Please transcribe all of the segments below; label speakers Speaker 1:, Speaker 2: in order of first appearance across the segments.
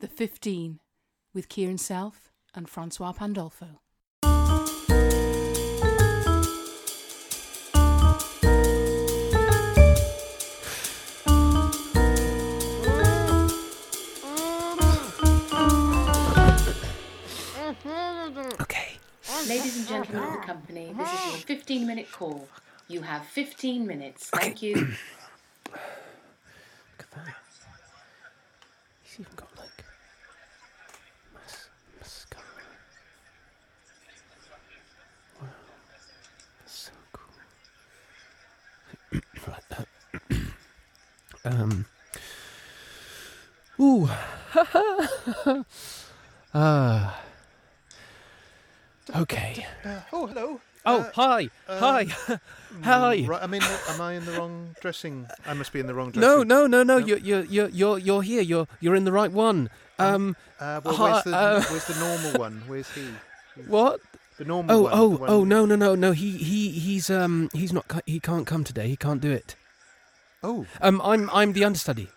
Speaker 1: The 15 with Kieran Self and Francois Pandolfo.
Speaker 2: Okay.
Speaker 3: Ladies and gentlemen of the company, this is your 15 minute call. You have 15 minutes. Thank
Speaker 2: Okay.
Speaker 3: you.
Speaker 2: Look at that. He's even got like mas- mascara. Wow. That's so cool. right. Uh, um. Ooh. uh. Okay.
Speaker 4: Oh, hello.
Speaker 2: Oh,
Speaker 4: Uh,
Speaker 2: hi. hi. hi.
Speaker 4: Right, I mean, am I in the wrong dressing? I must be in the wrong dressing.
Speaker 2: No, no, no, no.
Speaker 4: No.
Speaker 2: You're you're you're you're you're here. You're you're in the right one. Um,
Speaker 4: Uh, well,
Speaker 2: Hi,
Speaker 4: where's, the,
Speaker 2: uh,
Speaker 4: where's the normal one? Where's he?
Speaker 2: what?
Speaker 4: The normal
Speaker 2: Oh,
Speaker 4: one. the
Speaker 2: oh,
Speaker 4: one-
Speaker 2: oh, no, no, no, no. He he he's um he's not co- he can't come today. He can't do it.
Speaker 4: Oh,
Speaker 2: Um, I'm I'm the understudy.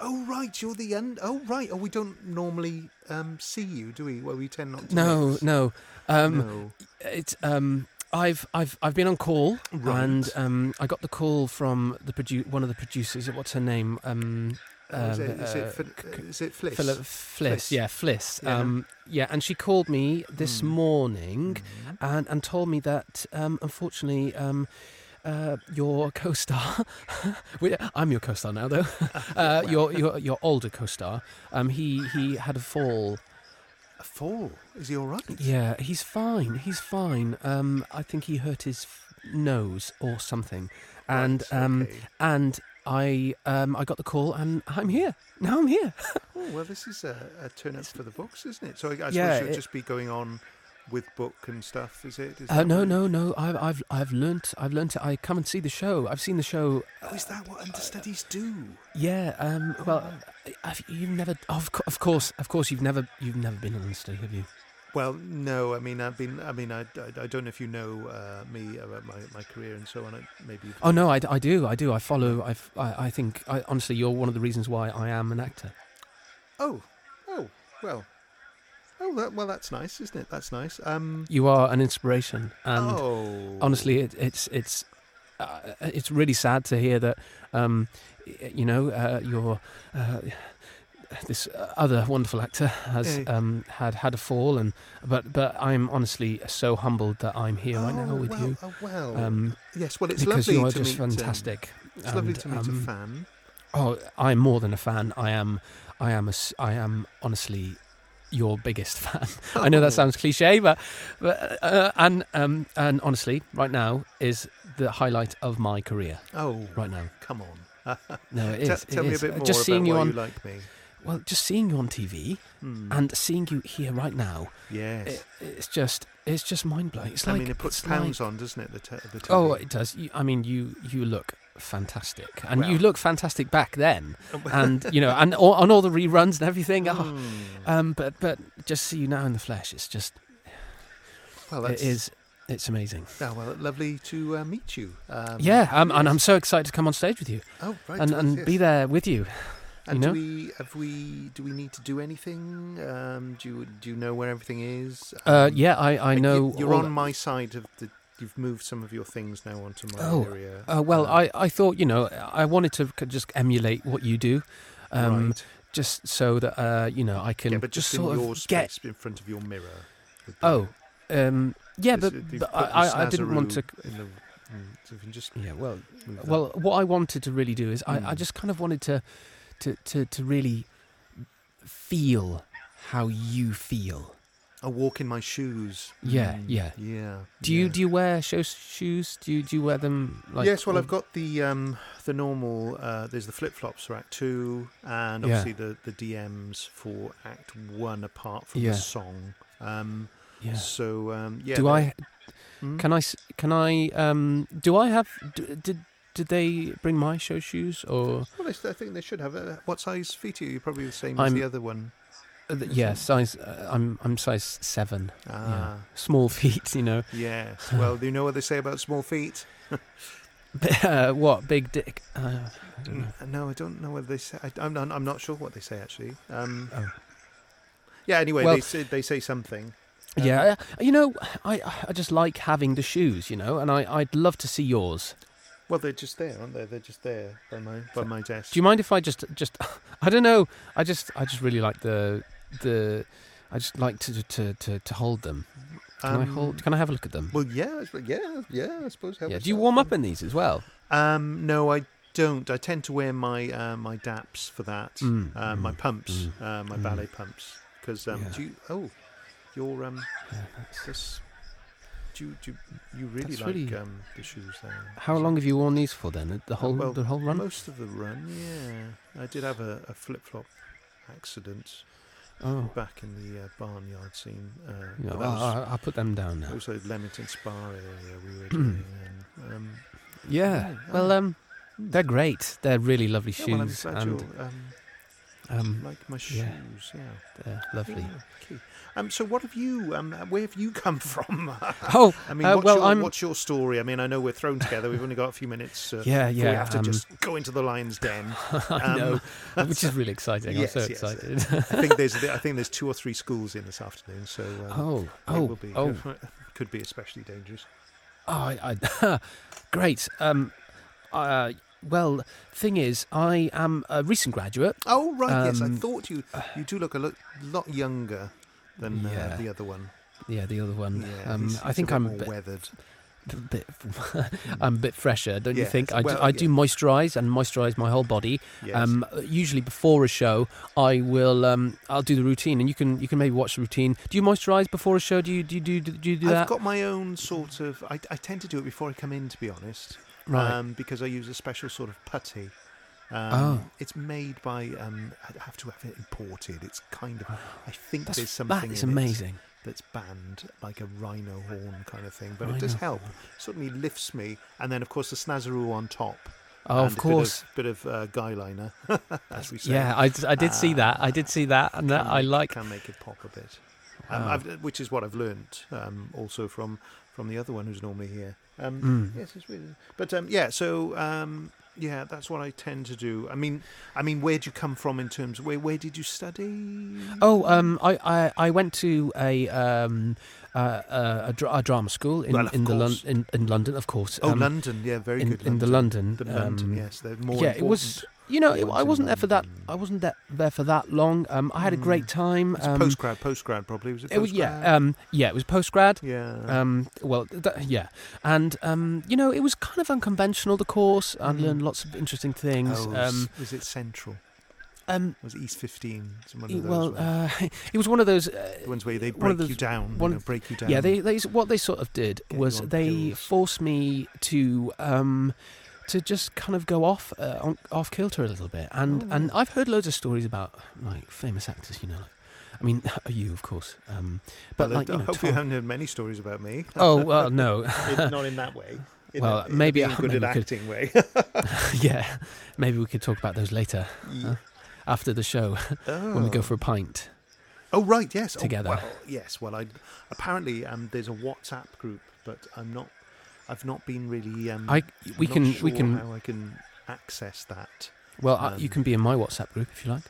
Speaker 4: oh, right. You're the end. Oh, right. Oh, we don't normally um, see you, do we? Well, we tend not to.
Speaker 2: No, no. Um,
Speaker 4: No.
Speaker 2: it's um. I've I've I've been on call
Speaker 4: Right.
Speaker 2: and um I got the call from the produ- one of the producers uh, what's her name um
Speaker 4: Oh, is,
Speaker 2: uh,
Speaker 4: it, is, it,
Speaker 2: uh,
Speaker 4: Phil-
Speaker 2: c-
Speaker 4: is it Fliss?
Speaker 2: Philip Fliss
Speaker 4: Fliss.
Speaker 2: yeah Fliss
Speaker 4: Yeah.
Speaker 2: um yeah and she called me this
Speaker 4: Hmm.
Speaker 2: morning
Speaker 4: Mhm.
Speaker 2: and, and told me that um, unfortunately um, uh, your co-star, we- I'm your co-star now though, uh, your, your your older co-star, um, he he had a fall.
Speaker 4: A fall. Is he all right?
Speaker 2: Yeah, he's fine. He's fine. Um, I think he hurt his f- nose or something, and
Speaker 4: Right,
Speaker 2: um,
Speaker 4: okay.
Speaker 2: and I um, I got the call and I'm here. Now I'm here.
Speaker 4: Oh, well, this is a, a turn up for the books, isn't it? So I, I suppose
Speaker 2: Yeah,
Speaker 4: you'll
Speaker 2: it-
Speaker 4: just be going on with book and stuff, is it? Is
Speaker 2: Uh,
Speaker 4: that
Speaker 2: no,
Speaker 4: what-
Speaker 2: no, no. I've I've I've learnt. I've learnt it. I come and see the show. I've seen the show
Speaker 4: Oh, is that what understudies do? Oh,
Speaker 2: Yeah. Um, well, have, you've never, of, cou- of course, of course, you've never, you've never been an understudy, have you?
Speaker 4: Well, no. I mean, I've been. I mean, I, I, I don't know if you know uh, me about my, my career and so on. I- Maybe. you've-
Speaker 2: Oh no, I, d- I do, I do. I follow. I, f- I, I think, I, honestly, you're one of the reasons why I am an actor.
Speaker 4: Oh, oh, well, oh, that, well, that's nice, isn't it? That's nice. Um.
Speaker 2: You are an inspiration, and
Speaker 4: oh.
Speaker 2: honestly, it, it's it's uh, it's really sad to hear that. Um, y- you know, uh, your uh, this other wonderful actor has
Speaker 4: Eh.
Speaker 2: um, had had a fall, and but but I'm honestly so humbled that I'm here right now
Speaker 4: Oh,
Speaker 2: with
Speaker 4: well,
Speaker 2: you.
Speaker 4: Oh, well.
Speaker 2: Um,
Speaker 4: yes. Well, it's
Speaker 2: because
Speaker 4: lovely
Speaker 2: you are
Speaker 4: to
Speaker 2: just
Speaker 4: meet. um,
Speaker 2: fantastic.
Speaker 4: it's lovely
Speaker 2: and,
Speaker 4: to meet
Speaker 2: um,
Speaker 4: a fan.
Speaker 2: Oh, I'm more than a fan. I am, I am, a s I am honestly your biggest fan. I know
Speaker 4: Oh.
Speaker 2: that sounds cliche, but, but uh, and um, and honestly, right now is the highlight of my career.
Speaker 4: Oh,
Speaker 2: Right now,
Speaker 4: come on.
Speaker 2: no, it
Speaker 4: Te-
Speaker 2: is.
Speaker 4: tell
Speaker 2: it
Speaker 4: me
Speaker 2: is.
Speaker 4: a bit more
Speaker 2: Just
Speaker 4: about
Speaker 2: seeing you
Speaker 4: why
Speaker 2: on,
Speaker 4: you like me.
Speaker 2: well, just seeing you on TV
Speaker 4: Hmm,
Speaker 2: and seeing you here right now.
Speaker 4: yes.
Speaker 2: It, it's just, it's just mind blowing. It's like
Speaker 4: I mean, it puts
Speaker 2: it's like-
Speaker 4: pounds on, doesn't it? The, te- the
Speaker 2: Oh,
Speaker 4: TV?
Speaker 2: it does. You, I mean, you you look fantastic, and you
Speaker 4: Well.
Speaker 2: look fantastic back then, and you know, and all, on all the reruns and everything. Oh,
Speaker 4: Hmm.
Speaker 2: Um, but but just see you now in the flesh. It's just
Speaker 4: well,
Speaker 2: it
Speaker 4: that's,
Speaker 2: is it's amazing.
Speaker 4: Oh, well, lovely to uh, meet you. Um,
Speaker 2: yeah, um, and I'm
Speaker 4: yes.
Speaker 2: so excited to come on stage with you
Speaker 4: Oh, right.
Speaker 2: and
Speaker 4: yes,
Speaker 2: and
Speaker 4: yes.
Speaker 2: be there with you.
Speaker 4: And
Speaker 2: know?
Speaker 4: do we have we do we need to do anything? Um, do you do you know where everything is?
Speaker 2: Uh,
Speaker 4: Um,
Speaker 2: yeah, I I
Speaker 4: you-
Speaker 2: know
Speaker 4: you're
Speaker 2: all
Speaker 4: on
Speaker 2: that-
Speaker 4: my side of the. You've moved some of your things now onto my
Speaker 2: Oh,
Speaker 4: area.
Speaker 2: Uh, well,
Speaker 4: um,
Speaker 2: I I thought you know I wanted to c- just emulate what you do. Um,
Speaker 4: right.
Speaker 2: Just so that uh, you know, I can
Speaker 4: yeah, but
Speaker 2: just,
Speaker 4: just,
Speaker 2: sort
Speaker 4: in
Speaker 2: of
Speaker 4: your
Speaker 2: get.
Speaker 4: space in front of your mirror. would be-
Speaker 2: Oh, um, yeah,
Speaker 4: Just-
Speaker 2: but,
Speaker 4: if you've
Speaker 2: but
Speaker 4: uh, put the
Speaker 2: I, I, I didn't want to.
Speaker 4: Sazeroo in the- mm, so if you can just
Speaker 2: Yeah, well,
Speaker 4: move that.
Speaker 2: Well, what I wanted to really do is I, I
Speaker 4: Mm.
Speaker 2: just kind of wanted to, to, to, to really feel how you feel.
Speaker 4: I walk in my shoes.
Speaker 2: Yeah,
Speaker 4: Mm,
Speaker 2: yeah.
Speaker 4: yeah.
Speaker 2: Do you
Speaker 4: yeah.
Speaker 2: do you wear show shoes? Do you do you wear them like?
Speaker 4: yes, well,
Speaker 2: all-
Speaker 4: I've got the um, the normal. Uh, there's the flip flops for Act Two, and
Speaker 2: Yeah.
Speaker 4: obviously the, the DMs for Act One, apart from
Speaker 2: Yeah.
Speaker 4: the song. Um,
Speaker 2: Yeah.
Speaker 4: So um, yeah.
Speaker 2: do
Speaker 4: the-
Speaker 2: I?
Speaker 4: Hmm?
Speaker 2: Can I? s- Can I? Um. Do I have? d- Did did they bring my show shoes or?
Speaker 4: Well, I think they should have. A, what size feet are you? You're probably the same as
Speaker 2: I'm-
Speaker 4: the other one.
Speaker 2: uh, th- Yeah, size. Uh, I'm I'm size seven.
Speaker 4: Ah,
Speaker 2: Small feet, you know.
Speaker 4: yes. Well, do you know what they say about small feet?
Speaker 2: uh, what big dick? Uh, I don't know.
Speaker 4: Mm, No, I don't know what they say. I, I'm, not, I'm not sure what they say actually. Um,
Speaker 2: Oh.
Speaker 4: Yeah. Anyway,
Speaker 2: Well-
Speaker 4: they say, they say something. Um,
Speaker 2: yeah, uh, you know, I I just like having the shoes, you know, and I I'd love to see yours.
Speaker 4: Well, they're just there, aren't they? They're just there by my by my desk.
Speaker 2: Do you mind if I just just I don't know, I just I just really like the the I just like to to to, to hold them. Can I
Speaker 4: Um,
Speaker 2: hold? Can I have a look at them?
Speaker 4: Well, yeah, I suppose- yeah, yeah. I suppose. help
Speaker 2: Yeah.
Speaker 4: us
Speaker 2: Do you
Speaker 4: out.
Speaker 2: warm up in these as well?
Speaker 4: Um, no, I don't. I tend to wear my uh, my daps for that.
Speaker 2: Mm,
Speaker 4: uh, my
Speaker 2: mm,
Speaker 4: pumps,
Speaker 2: mm,
Speaker 4: uh, my
Speaker 2: mm.
Speaker 4: ballet pumps. Because um,
Speaker 2: Yeah.
Speaker 4: do you? Oh, your um,
Speaker 2: Yeah, that's-
Speaker 4: this. Do you, do you, you really
Speaker 2: That's
Speaker 4: like
Speaker 2: really-
Speaker 4: um the shoes there?
Speaker 2: How long have you worn these for then? The whole
Speaker 4: well,
Speaker 2: the whole run?
Speaker 4: Most of the run, yeah. I did have a, a flip flop accident
Speaker 2: oh.
Speaker 4: back in the uh, barnyard scene. Uh,
Speaker 2: Yeah, ah.
Speaker 4: but that
Speaker 2: well,
Speaker 4: was-
Speaker 2: I, I'll put them down now.
Speaker 4: Also, Leamington Spa area we
Speaker 2: Hmm.
Speaker 4: were doing. um, um,
Speaker 2: Yeah.
Speaker 4: yeah,
Speaker 2: Well,
Speaker 4: oh.
Speaker 2: um, they're great. They're really lovely shoes,
Speaker 4: yeah, well, I'm glad
Speaker 2: and
Speaker 4: you're, um,
Speaker 2: um,
Speaker 4: like my shoes.
Speaker 2: yeah.
Speaker 4: Yeah,
Speaker 2: they're lovely.
Speaker 4: Yeah, okay. Um, so what have you? Um, where have you come from?
Speaker 2: Oh,
Speaker 4: I mean,
Speaker 2: uh,
Speaker 4: what's,
Speaker 2: well,
Speaker 4: your,
Speaker 2: I'm-
Speaker 4: what's your story? I mean, I know we're thrown together. We've only got a few minutes. Uh,
Speaker 2: yeah,
Speaker 4: before We
Speaker 2: yeah.
Speaker 4: have to
Speaker 2: um,
Speaker 4: just go into the lion's den.
Speaker 2: I
Speaker 4: um,
Speaker 2: know, which is really exciting.
Speaker 4: Yes,
Speaker 2: I'm
Speaker 4: yes,
Speaker 2: so
Speaker 4: yes.
Speaker 2: excited.
Speaker 4: I think there's I think there's two or three schools in this afternoon, so um,
Speaker 2: oh,
Speaker 4: it
Speaker 2: oh,
Speaker 4: will be,
Speaker 2: oh,
Speaker 4: could be especially dangerous.
Speaker 2: oh! I, I, great. Um, uh, well, thing is, I am a recent graduate.
Speaker 4: Oh right, yes, I
Speaker 2: Um,
Speaker 4: thought you you do look a lot, lot younger than
Speaker 2: Yeah.
Speaker 4: uh, the other one.
Speaker 2: Yeah, the other one.
Speaker 4: Yeah,
Speaker 2: um,
Speaker 4: he's-
Speaker 2: I
Speaker 4: he's
Speaker 2: think
Speaker 4: a bit
Speaker 2: I'm a
Speaker 4: more
Speaker 2: bit,
Speaker 4: weathered.
Speaker 2: bit I'm a bit fresher, don't you
Speaker 4: Yes,
Speaker 2: think? I do,
Speaker 4: well,
Speaker 2: I do
Speaker 4: yeah.
Speaker 2: moisturize and moisturize my whole body.
Speaker 4: Yes.
Speaker 2: Um, usually before a show, I will um, I'll do the routine, and you can you can maybe watch the routine. Do you moisturize before a show? Do you do you do, do, you do that?
Speaker 4: I've got my own sort of. I, I tend to do it before I come in, to be honest,
Speaker 2: right.
Speaker 4: um, because I use a special sort of putty. Um,
Speaker 2: Oh.
Speaker 4: It's made by. Um, I have to have it imported. It's kind of. I think
Speaker 2: That's,
Speaker 4: um, there's something.
Speaker 2: that is
Speaker 4: in it
Speaker 2: amazing.
Speaker 4: that's banned, like a rhino horn kind of thing. But it does
Speaker 2: Rhino
Speaker 4: help. Certainly lifts me, and then of course the snazaroo on top.
Speaker 2: Oh,
Speaker 4: and
Speaker 2: of course.
Speaker 4: A bit of, bit of uh, guy liner, as we say. Ah,
Speaker 2: Yeah, I, I did see that. I did see that, and that
Speaker 4: can
Speaker 2: I
Speaker 4: make-
Speaker 2: like. Ah.
Speaker 4: can make it pop a bit, um,
Speaker 2: Wow.
Speaker 4: I've, which is what I've learnt um, also from from the other one who's normally here. Um,
Speaker 2: Mm.
Speaker 4: Yes, it's really. But um, yeah, so um, yeah, that's what I tend to do. I mean, I mean, where would you come from in terms? Where where did you study?
Speaker 2: Oh, um, I, I, I went to a um, uh, a, a, dra- a drama school in,
Speaker 4: Well, of
Speaker 2: in the Lon-
Speaker 4: course.
Speaker 2: in, in London, of course.
Speaker 4: oh,
Speaker 2: um,
Speaker 4: London. Yeah, very
Speaker 2: in,
Speaker 4: good.
Speaker 2: in the London.
Speaker 4: The London.
Speaker 2: um,
Speaker 4: yes, they're more.
Speaker 2: yeah, it was. You know, it,
Speaker 4: Ones
Speaker 2: I
Speaker 4: in
Speaker 2: wasn't there for that.
Speaker 4: London.
Speaker 2: I wasn't there, there for that long. Um, I had a great
Speaker 4: Mm.
Speaker 2: time. Um,
Speaker 4: post grad. Post grad probably was it.
Speaker 2: it was
Speaker 4: postgrad?
Speaker 2: yeah, um, yeah, it was post grad.
Speaker 4: yeah.
Speaker 2: Um, well, th- yeah, and um, you know, it was kind of unconventional. The course, I
Speaker 4: Mm.
Speaker 2: learned lots of interesting things.
Speaker 4: Oh,
Speaker 2: um,
Speaker 4: was, was it Central?
Speaker 2: um,
Speaker 4: Was it East Fifteen? Some one of
Speaker 2: it-
Speaker 4: those
Speaker 2: well,
Speaker 4: ones?
Speaker 2: uh, it was one of those. Uh,
Speaker 4: the ones where they
Speaker 2: one
Speaker 4: break
Speaker 2: of
Speaker 4: you
Speaker 2: those-
Speaker 4: down,
Speaker 2: one
Speaker 4: you know,
Speaker 2: of-
Speaker 4: break you down.
Speaker 2: yeah, they, they what they sort of did
Speaker 4: Get you
Speaker 2: was
Speaker 4: on
Speaker 2: they
Speaker 4: pills.
Speaker 2: forced me to um, to just kind of go off uh, on, off kilter a little bit, and
Speaker 4: Oh,
Speaker 2: and
Speaker 4: yeah.
Speaker 2: I've heard loads of stories about like famous actors, you know. Like, I mean, you of course, um, but
Speaker 4: Well, I
Speaker 2: like you know,
Speaker 4: hope you
Speaker 2: Tom-
Speaker 4: haven't heard many stories about me.
Speaker 2: oh well, no,
Speaker 4: It- not in that way. In
Speaker 2: Well,
Speaker 4: a,
Speaker 2: maybe
Speaker 4: in a
Speaker 2: I-
Speaker 4: good
Speaker 2: maybe
Speaker 4: at
Speaker 2: we could- Uh,
Speaker 4: acting way.
Speaker 2: yeah, maybe we could talk about those later after the show
Speaker 4: oh.
Speaker 2: when we go for a pint.
Speaker 4: oh right, yes. Oh,
Speaker 2: together.
Speaker 4: well, yes. Well, I apparently um, there's a WhatsApp group, but I'm not. I've not been really. Um,
Speaker 2: I we
Speaker 4: not
Speaker 2: can we
Speaker 4: sure
Speaker 2: can
Speaker 4: how I can access that.
Speaker 2: well I you
Speaker 4: um,
Speaker 2: can be in my WhatsApp group if you like.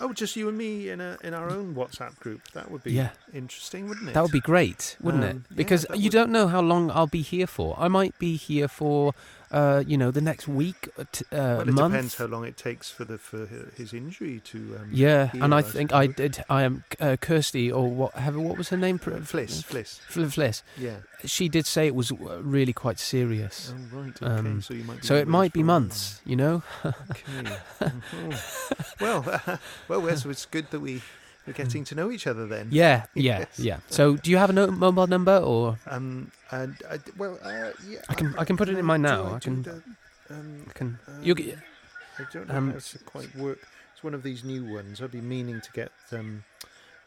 Speaker 4: Oh, just you and me in a in our own WhatsApp group. That would be
Speaker 2: Yeah.
Speaker 4: interesting, wouldn't it?
Speaker 2: That would be great, wouldn't
Speaker 4: Um, yeah,
Speaker 2: it? Because
Speaker 4: that
Speaker 2: you
Speaker 4: would-
Speaker 2: don't know how long I'll be here for. I might be here for, uh, you know, the next week, uh, t- uh,
Speaker 4: Well, it
Speaker 2: month.
Speaker 4: depends how long it takes for the for hi- his injury to. Um,
Speaker 2: yeah, and
Speaker 4: heal,
Speaker 2: I
Speaker 4: I
Speaker 2: think I
Speaker 4: suppose.
Speaker 2: did. I am uh, Kirsty, or what? Have, what was her name? Pr-
Speaker 4: Fliss, Fliss.
Speaker 2: Fl- Fliss.
Speaker 4: Yeah.
Speaker 2: She did say it was uh, really quite serious.
Speaker 4: Oh, right. Okay.
Speaker 2: Um,
Speaker 4: so you might. Be
Speaker 2: So it
Speaker 4: away
Speaker 2: might be
Speaker 4: for a while.
Speaker 2: months, you know.
Speaker 4: Mm. Okay. Mhm. well, well, well, so it's good that we we're getting to know each other then.
Speaker 2: Mm. Yeah, yeah,
Speaker 4: Yes.
Speaker 2: yeah. So do you have a no- mobile number, or
Speaker 4: Um. And I, well, uh, yeah.
Speaker 2: I can-
Speaker 4: I'm-
Speaker 2: I can put it in
Speaker 4: um,
Speaker 2: mine
Speaker 4: do
Speaker 2: now, I
Speaker 4: do
Speaker 2: can-
Speaker 4: that? Um,
Speaker 2: I can
Speaker 4: um,
Speaker 2: you g-
Speaker 4: I don't know
Speaker 2: um,
Speaker 4: how to quite work. It's one of these new ones. I've been meaning to get um,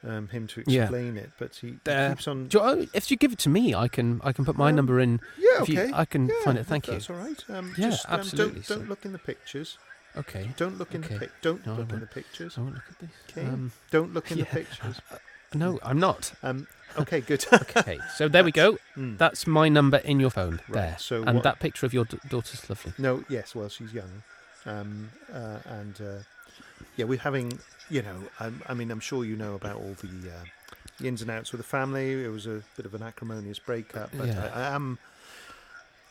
Speaker 4: um him to
Speaker 2: Yeah.
Speaker 4: explain it, but he, he
Speaker 2: There.
Speaker 4: keeps on.
Speaker 2: do you- oh, if you give it to me, I can I can put my
Speaker 4: Um,
Speaker 2: number in.
Speaker 4: yeah.
Speaker 2: if
Speaker 4: Okay.
Speaker 2: you- I can
Speaker 4: Yeah,
Speaker 2: find it. Thank you.
Speaker 4: that's all right. Um,
Speaker 2: Yeah,
Speaker 4: just,
Speaker 2: absolutely,
Speaker 4: Um, don't,
Speaker 2: so-
Speaker 4: don't look in the pictures.
Speaker 2: Okay.
Speaker 4: Don't look in
Speaker 2: Okay.
Speaker 4: the pic. Don't
Speaker 2: No, I
Speaker 4: look in
Speaker 2: won't.
Speaker 4: the pictures.
Speaker 2: So look at this.
Speaker 4: Okay.
Speaker 2: Um,
Speaker 4: Don't look in
Speaker 2: Yeah. Uh,
Speaker 4: the pictures.
Speaker 2: no, I'm not.
Speaker 4: Um, okay, good.
Speaker 2: Okay, so there we go.
Speaker 4: Mm.
Speaker 2: That's my number in your phone
Speaker 4: Right,
Speaker 2: there,
Speaker 4: so
Speaker 2: and
Speaker 4: what-
Speaker 2: that picture of your d- daughter's lovely.
Speaker 4: No, yes, well, she's young, um, uh, and uh, yeah, we're having, you know, I, I mean, I'm sure you know about all the, uh, the ins and outs with the family. It was a bit of an acrimonious breakup, but
Speaker 2: Yeah.
Speaker 4: I, I am,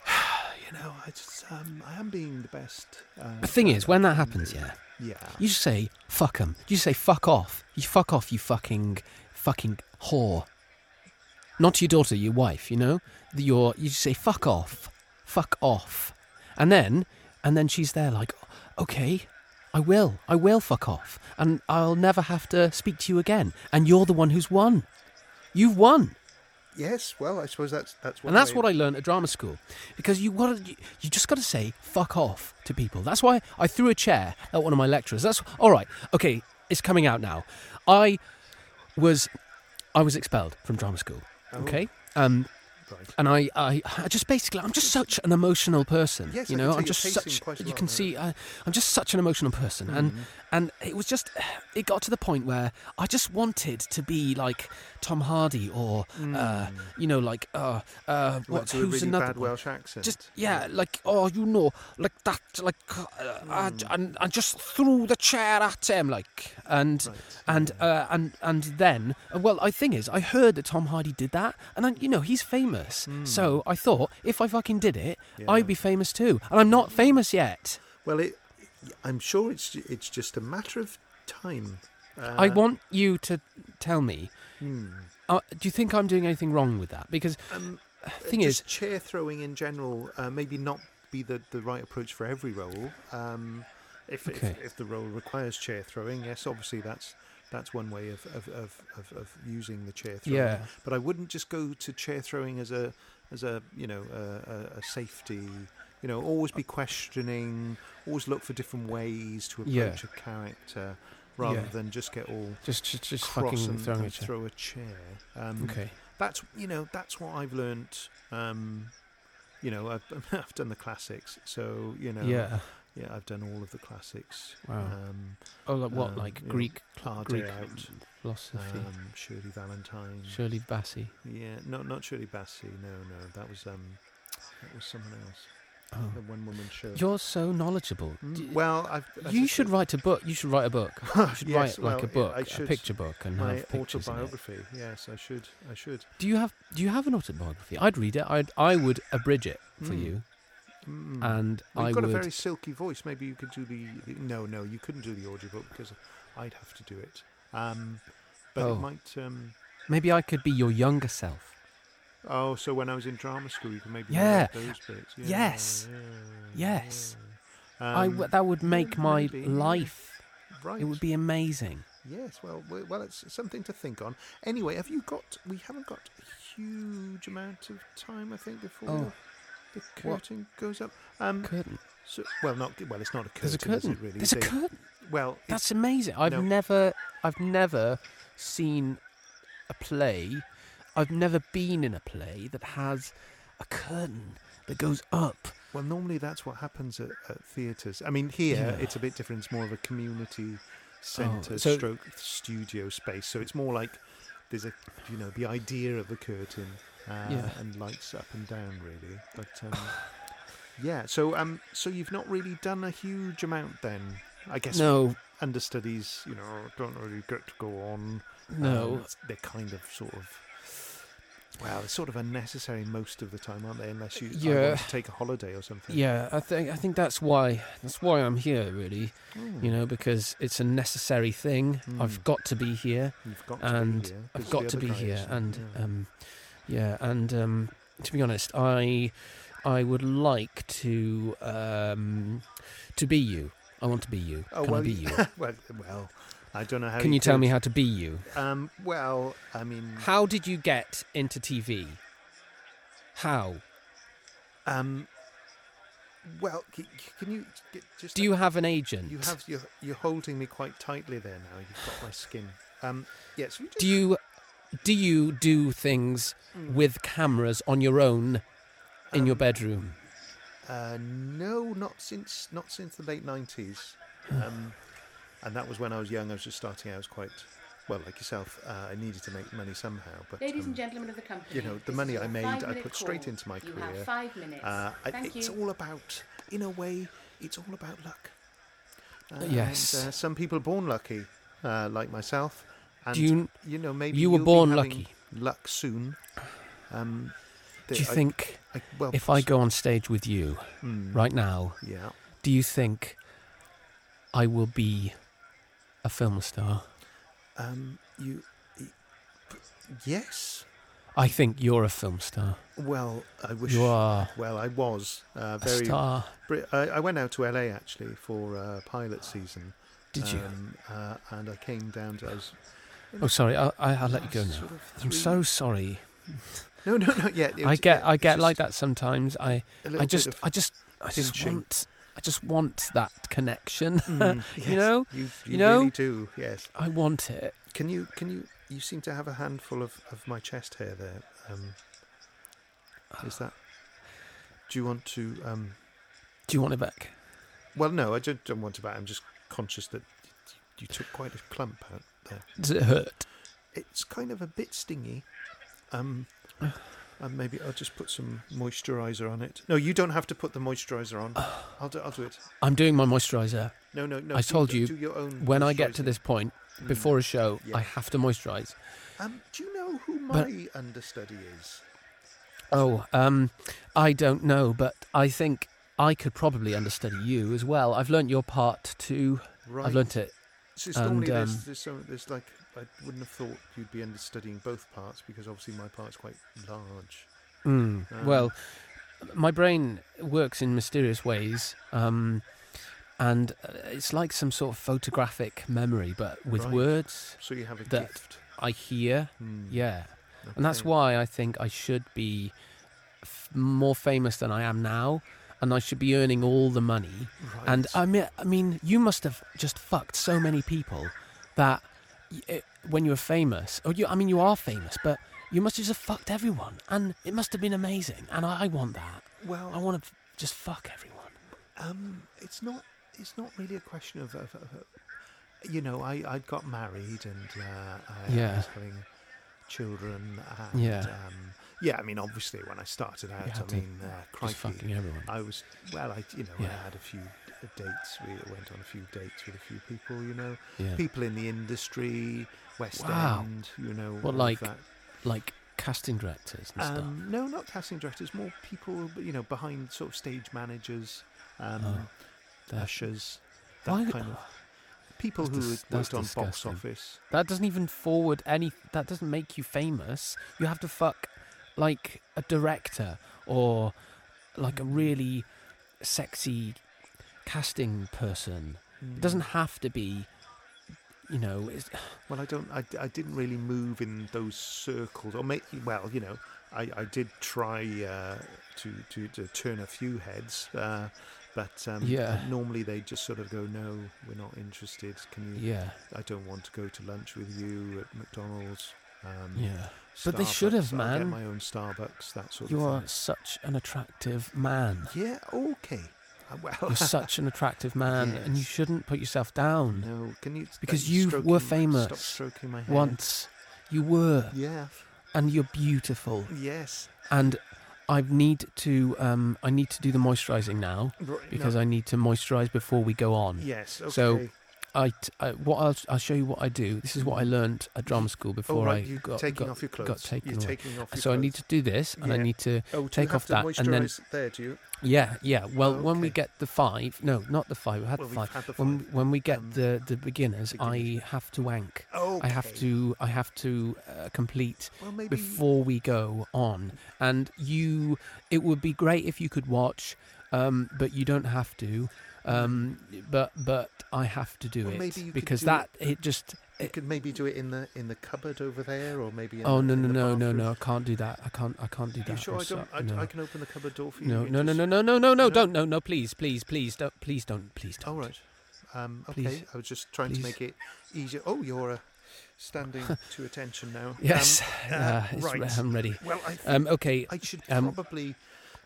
Speaker 4: you know, I just, um, I am being the best. Uh,
Speaker 2: The thing is, when that happens, yeah,
Speaker 4: yeah,
Speaker 2: you just say fuck 'em. You just say fuck off. You fuck off. You fucking fucking whore. Not your daughter, your wife. You know, The- your you just say fuck off, fuck off, and then and then she's there like, okay, I will, I will fuck off, and I'll never have to speak to you again. And you're the one who's won. You've won.
Speaker 4: yes. Well, I suppose that's that's what.
Speaker 2: And that's what I learned at drama school, because you gotta, you, you just got to say "fuck off" to people. That's why I threw a chair at one of my lecturers. That's all right. Okay, it's coming out now. I was, I was expelled from drama school.
Speaker 4: Oh.
Speaker 2: Okay. Um,
Speaker 4: Right.
Speaker 2: and I, I, I just basically, I'm just such an emotional person.
Speaker 4: Yes,
Speaker 2: you
Speaker 4: I
Speaker 2: know, I'm
Speaker 4: can see you're
Speaker 2: just
Speaker 4: pacing
Speaker 2: such.
Speaker 4: quite a
Speaker 2: you
Speaker 4: lot
Speaker 2: can
Speaker 4: now. Hmm.
Speaker 2: see, I, I'm just such an emotional person, and and it was just, it got to the point where I just wanted to be like Tom Hardy or,
Speaker 4: Mm-hmm.
Speaker 2: uh, you know, like, uh, uh,
Speaker 4: Well,
Speaker 2: what,
Speaker 4: it's a really
Speaker 2: who's another
Speaker 4: bad
Speaker 2: one?
Speaker 4: Welsh accent.
Speaker 2: Just yeah, like oh, you know, like that, like, uh, I-
Speaker 4: Hmm.
Speaker 2: and and just threw the chair at him, like, and
Speaker 4: Right,
Speaker 2: and uh, and and then, uh, well, I thing is, I heard that Tom Hardy did that, and I, you know, he's famous, so I thought if I fucking did it,
Speaker 4: Hmm. Yeah.
Speaker 2: I'd be famous too, and I'm not famous yet.
Speaker 4: Well, it, I'm sure it's it's just a matter of time. Uh, hmm.
Speaker 2: I want you to tell me. Uh, do you think I'm doing anything wrong with that? Because uh, thing
Speaker 4: Uh, just
Speaker 2: is,
Speaker 4: chair throwing in general uh, maybe not be the, the right approach for every role. Um, if,
Speaker 2: Okay.
Speaker 4: if if the role requires chair throwing, yes, obviously that's that's one way of of, of, of, of using the chair throwing.
Speaker 2: Yeah.
Speaker 4: But I wouldn't just go to chair throwing as a as a you know a, a, a safety. You know, always be questioning. Always look for different ways to approach
Speaker 2: Yeah.
Speaker 4: a character, rather
Speaker 2: Yeah.
Speaker 4: than just get all
Speaker 2: just just, just
Speaker 4: cross
Speaker 2: fucking
Speaker 4: and,
Speaker 2: throwing a
Speaker 4: and
Speaker 2: chair.
Speaker 4: throw a chair. Um,
Speaker 2: Okay.
Speaker 4: that's you know that's what I've learnt. Um, you know, I've, I've done the classics, so you know,
Speaker 2: Yeah.
Speaker 4: yeah, I've done all of the classics.
Speaker 2: Wow.
Speaker 4: Um,
Speaker 2: Oh, like what?
Speaker 4: Um,
Speaker 2: like
Speaker 4: yeah.
Speaker 2: Greek
Speaker 4: Hard
Speaker 2: Greek
Speaker 4: Day Out,
Speaker 2: philosophy.
Speaker 4: um, Shirley Valentine.
Speaker 2: Shirley Bassey.
Speaker 4: Yeah, not not Shirley Bassey. No, no, that was um, that was someone else.
Speaker 2: Oh.
Speaker 4: The one woman show.
Speaker 2: You're so knowledgeable.
Speaker 4: Mm,
Speaker 2: D-
Speaker 4: well, I've, as I
Speaker 2: you should
Speaker 4: said,
Speaker 2: write a book. You should write a book. You should
Speaker 4: Yes,
Speaker 2: write like
Speaker 4: well,
Speaker 2: a
Speaker 4: I-
Speaker 2: book,
Speaker 4: I should.
Speaker 2: a picture book, and
Speaker 4: my
Speaker 2: have pictures in it.
Speaker 4: autobiography. Yes, I should. I should.
Speaker 2: Do you have Do you have an autobiography? I'd read it. I'd I would abridge it for
Speaker 4: Mm.
Speaker 2: you,
Speaker 4: Mm.
Speaker 2: and
Speaker 4: Well,
Speaker 2: I
Speaker 4: you've
Speaker 2: would.
Speaker 4: got a very silky voice. Maybe you could do the, the no, no, you couldn't do the audiobook because I'd have to do it. Um, but
Speaker 2: Oh.
Speaker 4: it might. Um,
Speaker 2: Maybe I could be your younger self.
Speaker 4: oh, so when I was in drama school, you could maybe
Speaker 2: Yeah.
Speaker 4: write those bits. Yeah,
Speaker 2: Yes.
Speaker 4: yeah,
Speaker 2: Yes.
Speaker 4: yeah.
Speaker 2: I w-
Speaker 4: Um,
Speaker 2: that would make my
Speaker 4: maybe, yeah.
Speaker 2: life.
Speaker 4: right.
Speaker 2: It would be amazing.
Speaker 4: Yes. Well, w- well, it's something to think on. Anyway, have you got? We haven't got a huge amount of time, I think, before.
Speaker 2: Oh.
Speaker 4: The
Speaker 2: What?
Speaker 4: curtain goes up. Um,
Speaker 2: Curtain.
Speaker 4: so, well, not well. It's not a curtain.
Speaker 2: There's a
Speaker 4: Is
Speaker 2: curtain.
Speaker 4: it really?
Speaker 2: There's a
Speaker 4: They-
Speaker 2: curtain.
Speaker 4: Well, it's
Speaker 2: That's amazing. I've
Speaker 4: No.
Speaker 2: never, I've never seen a play. I've never been in a play that has a curtain that goes up.
Speaker 4: Well, normally that's what happens at, at theatres. I mean, here
Speaker 2: Yeah. Oh,
Speaker 4: it's a bit different. It's more of a community centre,
Speaker 2: so-
Speaker 4: stroke studio space. So it's more like there's a, you know, the idea of a curtain uh,
Speaker 2: Yeah.
Speaker 4: and lights up and down, really. But um, yeah, so um, so you've not really done a huge amount then. I guess
Speaker 2: No,
Speaker 4: understudies, you know, don't really get to go on.
Speaker 2: no.
Speaker 4: Um, they're kind of sort of. Well, they're sort of unnecessary most of the time, aren't they? Unless you I
Speaker 2: Yeah.
Speaker 4: want to take a holiday or something.
Speaker 2: yeah, I think I think that's why that's why I'm here really.
Speaker 4: Hmm.
Speaker 2: You know, because it's a necessary thing. I've
Speaker 4: Mm.
Speaker 2: got to be here,
Speaker 4: You've got
Speaker 2: and
Speaker 4: to be here. 'cause
Speaker 2: I've
Speaker 4: the
Speaker 2: got to
Speaker 4: other
Speaker 2: be
Speaker 4: guy
Speaker 2: here,
Speaker 4: isn't.
Speaker 2: and
Speaker 4: yeah.
Speaker 2: um, yeah, and um, to be honest, I I would like to um, to be you. I want to be you.
Speaker 4: Oh,
Speaker 2: Can
Speaker 4: well,
Speaker 2: I be you?
Speaker 4: well, well, I don't know how.
Speaker 2: uh, Can you tell
Speaker 4: could.
Speaker 2: me how to be you?
Speaker 4: Um, well, I mean,
Speaker 2: How did you get into TV? How?
Speaker 4: um, well, c- c- can you g- just?
Speaker 2: Do you have an agent?
Speaker 4: You have you're, you're holding me quite tightly there now. You've got my skin. Um, yes. Yeah, so
Speaker 2: Do you do you do things
Speaker 4: Mm.
Speaker 2: with cameras on your own in your bedroom?
Speaker 4: just- um, Uh, no, not since not since the late nineties.
Speaker 2: Hmm.
Speaker 4: Um, and that was when I was young. I was just starting out. I was quite well, like yourself. Uh, I needed to make money somehow. But
Speaker 3: Ladies
Speaker 4: um,
Speaker 3: and gentlemen of the company,
Speaker 4: you know, the
Speaker 3: this is
Speaker 4: money
Speaker 3: your
Speaker 4: I made, I
Speaker 3: five-minute
Speaker 4: put straight
Speaker 3: call.
Speaker 4: into my
Speaker 3: You have
Speaker 4: career.
Speaker 3: five minutes.
Speaker 4: Uh, I-
Speaker 3: Thank
Speaker 4: it's
Speaker 3: you.
Speaker 4: all about, in a way, in a way, it's all about luck. And,
Speaker 2: Yes.
Speaker 4: uh, some people are born lucky, uh, like myself. And
Speaker 2: Do you
Speaker 4: you know, maybe
Speaker 2: you were
Speaker 4: you'll be
Speaker 2: born
Speaker 4: having
Speaker 2: lucky.
Speaker 4: Luck soon. Um,
Speaker 2: do
Speaker 4: th-
Speaker 2: you
Speaker 4: I-
Speaker 2: think
Speaker 4: I, well,
Speaker 2: if I go on stage with you
Speaker 4: mm,
Speaker 2: right now,
Speaker 4: Yeah.
Speaker 2: do you think I will be a film star?
Speaker 4: Um, you. y- Yes.
Speaker 2: I think you're a film star.
Speaker 4: Well, I wish.
Speaker 2: You are
Speaker 4: Well, I was
Speaker 2: a
Speaker 4: uh, very.
Speaker 2: star.
Speaker 4: Bri- I, I went out to LA actually for uh, pilot season.
Speaker 2: Did you?
Speaker 4: Um, uh, and I came down to. I was,
Speaker 2: Oh, sorry. I, I, I'll let you go
Speaker 4: last
Speaker 2: now.
Speaker 4: sort of
Speaker 2: I'm
Speaker 4: three-
Speaker 2: so sorry.
Speaker 4: No, no, not yet. It
Speaker 2: I
Speaker 4: was-
Speaker 2: get I
Speaker 4: it's
Speaker 2: get like
Speaker 4: just
Speaker 2: that sometimes. I
Speaker 4: a little
Speaker 2: I
Speaker 4: bit
Speaker 2: just
Speaker 4: of-
Speaker 2: I just I just
Speaker 4: pinching.
Speaker 2: want I just want that connection.
Speaker 4: Mm, yes,
Speaker 2: know?
Speaker 4: You, you,
Speaker 2: know?
Speaker 4: really do. Yes.
Speaker 2: I want it.
Speaker 4: Can you? Can you? You seem to have a handful of, of my chest hair there. Um, is that? Do you want to? Um,
Speaker 2: Do you want it back?
Speaker 4: well, no, I don't, don't want to. But I'm just conscious that you took quite a clump out.
Speaker 2: Does it hurt?
Speaker 4: It's kind of a bit stingy. Um, and maybe I'll just put some moisturizer on it. No, you don't have to put the moisturizer on. I'll do, I'll do it.
Speaker 2: I'm doing my moisturizer.
Speaker 4: No, no, no.
Speaker 2: I
Speaker 4: do-
Speaker 2: told you,
Speaker 4: do your own
Speaker 2: When I get to
Speaker 4: moisturising.
Speaker 2: this point
Speaker 4: Mm.
Speaker 2: before a show,
Speaker 4: Yeah.
Speaker 2: I have to moisturize.
Speaker 4: Um, do you know who my
Speaker 2: But-
Speaker 4: understudy is?
Speaker 2: Oh, um I don't know, but I think I could probably understudy you as well. I've learnt your part too.
Speaker 4: Right.
Speaker 2: I've learnt it.
Speaker 4: So it's
Speaker 2: and,
Speaker 4: normally
Speaker 2: um,
Speaker 4: there's, there's, some, there's like I wouldn't have thought you'd be understudying both parts because obviously my part's quite large.
Speaker 2: Mm.
Speaker 4: Um,
Speaker 2: well, my brain works in mysterious ways, um, and uh, it's like some sort of photographic memory, but with
Speaker 4: Right.
Speaker 2: words
Speaker 4: So you have a
Speaker 2: That-
Speaker 4: gift.
Speaker 2: I hear.
Speaker 4: Hmm,
Speaker 2: Yeah, and that's
Speaker 4: okay.
Speaker 2: why I think I should be f- more famous than I am now, and I should be earning all the money.
Speaker 4: Right.
Speaker 2: And I mean, I mean, you must have just fucked so many people that y- it, when you were famous, or you, I mean, you are famous, but you must have just fucked everyone, and it must have been amazing. And I, I want that. I
Speaker 4: well,
Speaker 2: want to just fuck everyone.
Speaker 4: um, it's not it's not really a question of, of, of of- you know I I got married and uh, I
Speaker 2: Yeah.
Speaker 4: was having children. And,
Speaker 2: Yeah.
Speaker 4: Um, yeah. I mean, obviously, when I started out,
Speaker 2: had
Speaker 4: I
Speaker 2: to
Speaker 4: mean, uh,
Speaker 2: Just
Speaker 4: crikey, Uh,
Speaker 2: fucking everyone.
Speaker 4: I was well. I you know
Speaker 2: Yeah.
Speaker 4: I had a few d- dates. We went on a few dates with a few people. You know,
Speaker 2: Yeah.
Speaker 4: people in the industry, West
Speaker 2: Wow.
Speaker 4: End. You know,
Speaker 2: What,
Speaker 4: all of
Speaker 2: like
Speaker 4: that.
Speaker 2: Like casting directors and stuff.
Speaker 4: Um, no, not casting directors. More people. You know, behind sort of stage managers, um,
Speaker 2: Oh, That-
Speaker 4: ushers, that
Speaker 2: Why-
Speaker 4: kind of people
Speaker 2: That's
Speaker 4: who
Speaker 2: dis-
Speaker 4: had
Speaker 2: that's
Speaker 4: worked on box
Speaker 2: disgusting.
Speaker 4: office.
Speaker 2: That doesn't even forward any. That doesn't make you famous. You have to fuck like a director or like a really sexy casting person.
Speaker 4: Mm.
Speaker 2: It doesn't have to be, you know. It's,
Speaker 4: Well, I don't. I, d- I didn't really move in those circles. Or make well, you know, I, I did try uh, to, to to turn a few heads, uh, but um,
Speaker 2: Yeah.
Speaker 4: uh, normally they just sort of go, "No, we're not interested. Can you?
Speaker 2: yeah,
Speaker 4: I don't want to go to lunch with you at McDonald's." Um,
Speaker 2: yeah. But they should have,
Speaker 4: Starbucks, I'll get
Speaker 2: man.
Speaker 4: my own Starbucks, that sort
Speaker 2: You
Speaker 4: of
Speaker 2: are
Speaker 4: thing.
Speaker 2: such an attractive man.
Speaker 4: Yeah, okay. Uh, Well,
Speaker 2: You're such an attractive man, and you
Speaker 4: Yes.
Speaker 2: shouldn't put yourself down.
Speaker 4: no, can you
Speaker 2: Because
Speaker 4: stop
Speaker 2: you
Speaker 4: stroking-
Speaker 2: were famous
Speaker 4: Stop stroking my hair.
Speaker 2: Once you were,
Speaker 4: Yeah.
Speaker 2: and you're beautiful.
Speaker 4: Yes.
Speaker 2: and I need to um, I need to do the moisturising now
Speaker 4: Right,
Speaker 2: because
Speaker 4: no,
Speaker 2: I need to moisturise before we go on.
Speaker 4: Yes. Okay.
Speaker 2: so, I, t- I- what I'll, I'll show you what I do. This is what I learnt at drama school
Speaker 4: oh,
Speaker 2: before
Speaker 4: right,
Speaker 2: I
Speaker 4: you're
Speaker 2: got,
Speaker 4: taking
Speaker 2: got-
Speaker 4: off your clothes.
Speaker 2: taken
Speaker 4: you're
Speaker 2: away.
Speaker 4: taking off your
Speaker 2: so I need to do this, and I
Speaker 4: Yeah.
Speaker 2: need to
Speaker 4: clothes. Oh, do
Speaker 2: take
Speaker 4: you have
Speaker 2: off
Speaker 4: to
Speaker 2: that and then-
Speaker 4: moisturise there, do you?
Speaker 2: yeah yeah. Well, when we
Speaker 4: Okay.
Speaker 2: get the five, no, not the five. We had
Speaker 4: Well,
Speaker 2: the
Speaker 4: we've
Speaker 2: five.
Speaker 4: had the
Speaker 2: When
Speaker 4: five.
Speaker 2: when we get
Speaker 4: Um,
Speaker 2: the the beginners,
Speaker 4: beginners.
Speaker 2: I have to wank.
Speaker 4: Oh,
Speaker 2: I have to I have to uh, complete
Speaker 4: Well, maybe
Speaker 2: before we go on. And you, it would be great if you could watch, um, but you don't have to. Um, but but I have to do
Speaker 4: Well,
Speaker 2: it
Speaker 4: maybe you could
Speaker 2: because
Speaker 4: do
Speaker 2: that it, just.
Speaker 4: you could maybe do it in the in the cupboard over there, or maybe. In
Speaker 2: oh
Speaker 4: the,
Speaker 2: no
Speaker 4: in
Speaker 2: no
Speaker 4: the
Speaker 2: no no
Speaker 4: bathroom.
Speaker 2: no! I can't do that. I can't I can't do that.
Speaker 4: You sure
Speaker 2: I'm
Speaker 4: I
Speaker 2: so-
Speaker 4: don't? I,
Speaker 2: no.
Speaker 4: I can open the cupboard door for you.
Speaker 2: no,
Speaker 4: You
Speaker 2: no, no,
Speaker 4: just-
Speaker 2: no, no, no, no, no,
Speaker 4: No.
Speaker 2: don't, no, no, please, please, please, don't, please don't, please don't.
Speaker 4: All right. Um, okay,
Speaker 2: Please.
Speaker 4: I was just trying
Speaker 2: Please.
Speaker 4: to make it easier. Oh, you're uh, standing to attention now.
Speaker 2: Yes,
Speaker 4: uh,
Speaker 2: uh, it's re-
Speaker 4: right.
Speaker 2: I'm ready.
Speaker 4: Um, well, I, think
Speaker 2: Um, okay,
Speaker 4: I should
Speaker 2: um,
Speaker 4: probably.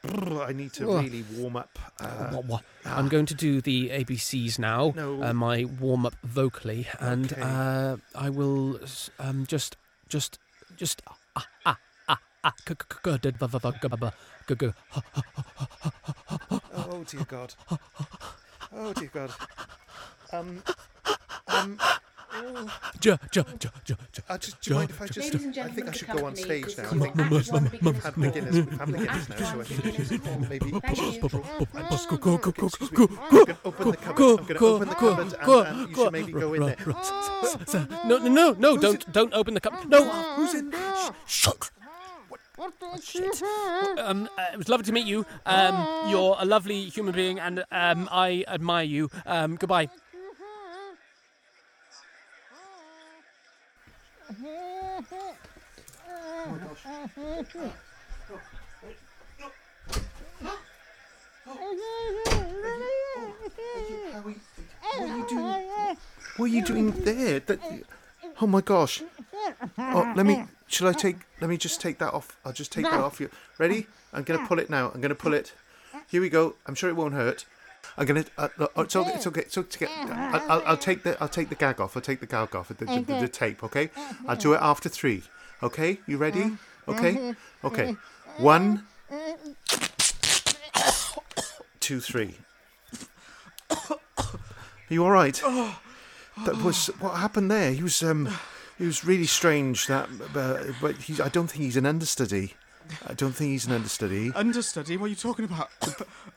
Speaker 4: I need to
Speaker 2: Ugh.
Speaker 4: really warm up. Uh,
Speaker 2: Wha- wha- I'm going to do the ABCs now,
Speaker 4: No.
Speaker 2: uh, my warm up vocally, and
Speaker 4: Okay.
Speaker 2: uh, I will s- um, just, just, just. ah, ah, ah, ah, c- c- c- good, bu- bu- bu- gu- bu- bu- gu- gu- ha, ha, ha, ha, ha, ha.
Speaker 4: oh dear Oh, God. Oh dear God. Um, um,
Speaker 2: Ja, ja, ja, ja, ja.
Speaker 4: I just, do you mind if I
Speaker 2: Just-
Speaker 3: Ladies
Speaker 4: just?
Speaker 3: and
Speaker 4: I
Speaker 3: gentlemen,
Speaker 4: think I
Speaker 3: of the
Speaker 4: should go on
Speaker 3: company,
Speaker 4: stage
Speaker 3: this
Speaker 4: now.
Speaker 3: is
Speaker 4: I think
Speaker 3: Act One Beginner's
Speaker 4: I've had
Speaker 3: Call.
Speaker 4: my Guinness. I've had my Guinness
Speaker 3: Act
Speaker 4: now, so I
Speaker 3: One
Speaker 4: think
Speaker 3: Beginner's Call.
Speaker 4: maybe.
Speaker 3: Thank you.
Speaker 2: Bus, go, go, go, go,
Speaker 4: Uh, Excuse me.
Speaker 2: go,
Speaker 4: I'm
Speaker 2: go.
Speaker 4: going to open
Speaker 2: go,
Speaker 4: the cupboard. I'm going to
Speaker 2: go,
Speaker 4: open the
Speaker 2: go,
Speaker 4: cupboard,
Speaker 2: go,
Speaker 4: and, and you
Speaker 2: go.
Speaker 4: should maybe go in there.
Speaker 2: No, no, no, no! Don't, don't open the cup. No,
Speaker 4: Who's Oh, in there?
Speaker 2: shut. Shit. Um, uh, it was lovely to meet you. Um, you're a lovely human being, and um, I admire you. Um, goodbye.
Speaker 4: How are you- What are you doing? What are you doing there? That, oh my gosh! Oh, let me. Shall I take? Let me just take that off. I'll just take that off you. Ready? I'm gonna pull it now. I'm gonna pull it. Here we go. I'm sure it won't hurt. I'm gonna. Uh, look, oh, it's okay. It's okay. It's okay. I- I'll, I'll take the. I'll take the gag off. I'll take the gag off. The, the, the, the tape. Okay. I'll do it after three. Okay. You ready? Okay. Okay. One, two, three. Are you all right?
Speaker 5: Oh,
Speaker 4: That was what happened there. He was um, it was really strange. That, uh, but he's, I don't think he's an understudy. I don't think he's an understudy.
Speaker 5: Uh, Understudy? What are you talking about?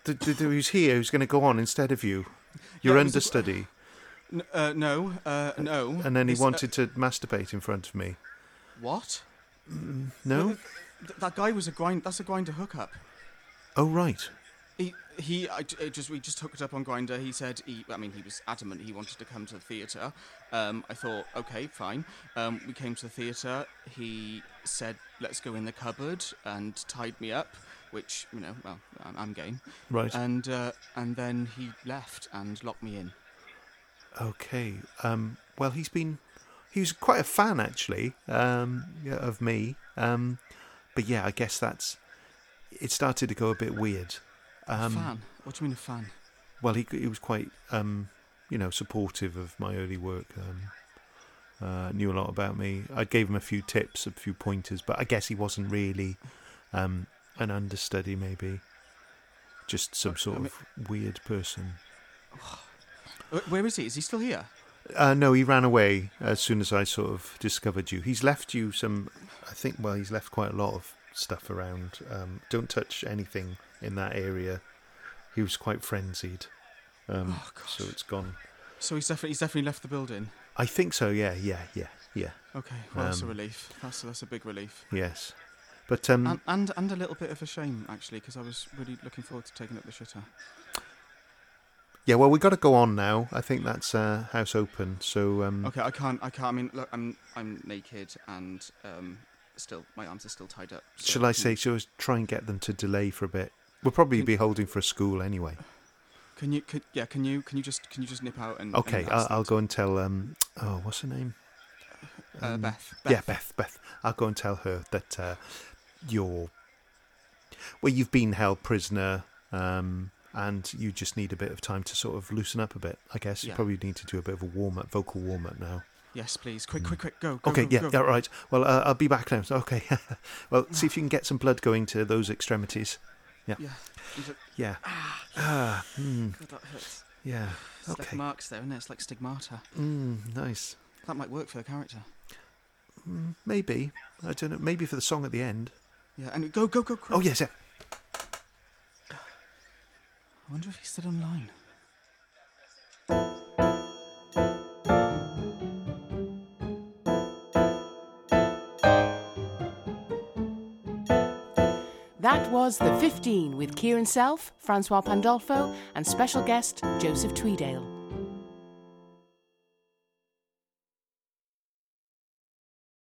Speaker 4: The, the, the, who's here? Who's going to go on instead of you? Your
Speaker 5: Yeah, it was a-
Speaker 4: understudy.
Speaker 5: N- uh, no, uh, no.
Speaker 4: And then he
Speaker 5: It's, uh,
Speaker 4: wanted to masturbate in front of me.
Speaker 5: what?
Speaker 4: No.
Speaker 5: Th- that guy was a grind. That's a grinder hookup.
Speaker 4: Oh right.
Speaker 5: He, he, I, j- I just we just hooked up on Grinder. He said he, I mean, he was adamant he wanted to come to the theatre. Um, I thought, okay, fine. Um, we came to the theatre. He said, let's go in the cupboard and tied me up, which you know, well, I'm, I'm game.
Speaker 4: Right.
Speaker 5: And uh, and then he left and locked me in.
Speaker 4: Okay. Um, well, he's been. He was quite a fan, actually, um, yeah, of me. Um, but yeah, I guess that's. It started to go a bit weird. Um,
Speaker 5: fan? What do you mean a fan?
Speaker 4: Well, he, he was quite, um, you know, supportive of my early work. Um, uh, knew a lot about me. I gave him a few tips, a few pointers, but I guess he wasn't really um, an understudy, maybe. Just some sort
Speaker 5: mean-
Speaker 4: of weird person.
Speaker 5: Wh- Uh, Where is he? Is he still here?
Speaker 4: Uh, no, he ran away as soon as I sort of discovered you. He's left you some, I think, well, he's left quite a lot of stuff around. Um, don't touch anything in that area. He was quite frenzied. Um,
Speaker 5: Oh, gosh.
Speaker 4: so it's gone.
Speaker 5: So he's definitely he's definitely left the building.
Speaker 4: I think so, yeah, yeah, yeah, yeah,
Speaker 5: Okay, well that's a
Speaker 4: Um,
Speaker 5: relief. That's that's a big relief.
Speaker 4: yes. But, um,
Speaker 5: And, and and a little bit of a shame actually, because I was really looking forward to taking up the shitter.
Speaker 4: yeah, well, we've got to go on now. I think that's uh, house open. So, um,
Speaker 5: Okay, I can't. I can't. I mean, look, I'm I'm naked and um, still my arms are still tied up. so- mm.
Speaker 4: shall I say, shall I try and get them to delay for a bit? We'll probably be holding for a school anyway.
Speaker 5: Can you? Could, yeah. Can you? Can you just? Can you just nip out and?
Speaker 4: Okay, uh,
Speaker 5: and
Speaker 4: I'll,
Speaker 5: ask
Speaker 4: I'll
Speaker 5: them
Speaker 4: go and tell, um, oh, what's her name?
Speaker 5: to- Uh,
Speaker 4: um,
Speaker 5: Beth, Beth.
Speaker 4: Yeah, Beth. Beth. I'll go and tell her that uh, you're. Well, you've been held prisoner, um, and you just need a bit of time to sort of loosen up a bit. I guess you
Speaker 5: Yeah.
Speaker 4: probably need to do a bit of a warm up, vocal warm up now.
Speaker 5: Yes, please. Quick, quick, quick. Go. go
Speaker 4: Mm. Okay,
Speaker 5: go,
Speaker 4: yeah,
Speaker 5: go.
Speaker 4: yeah, right. Well, uh, I'll be back now. So, Okay. well, see if you can get some blood going to those extremities.
Speaker 5: Yeah.
Speaker 4: Mm.
Speaker 5: Is it-
Speaker 4: Yeah. Ah. mm,
Speaker 5: God, that hurts.
Speaker 4: yeah.
Speaker 5: It's like
Speaker 4: Okay.
Speaker 5: marks there, isn't it? It's like stigmata.
Speaker 4: Mm, nice.
Speaker 5: That might work for the character.
Speaker 4: Mm, maybe. I don't know. Maybe for the song at the end.
Speaker 5: Yeah. And go, go, go. Quick.
Speaker 4: Oh yes. Yeah. Oh.
Speaker 5: I wonder if he's still online.
Speaker 1: That was The 15 with Kieran Self, Francois Pandolfo, and special guest Joseph Tweedale.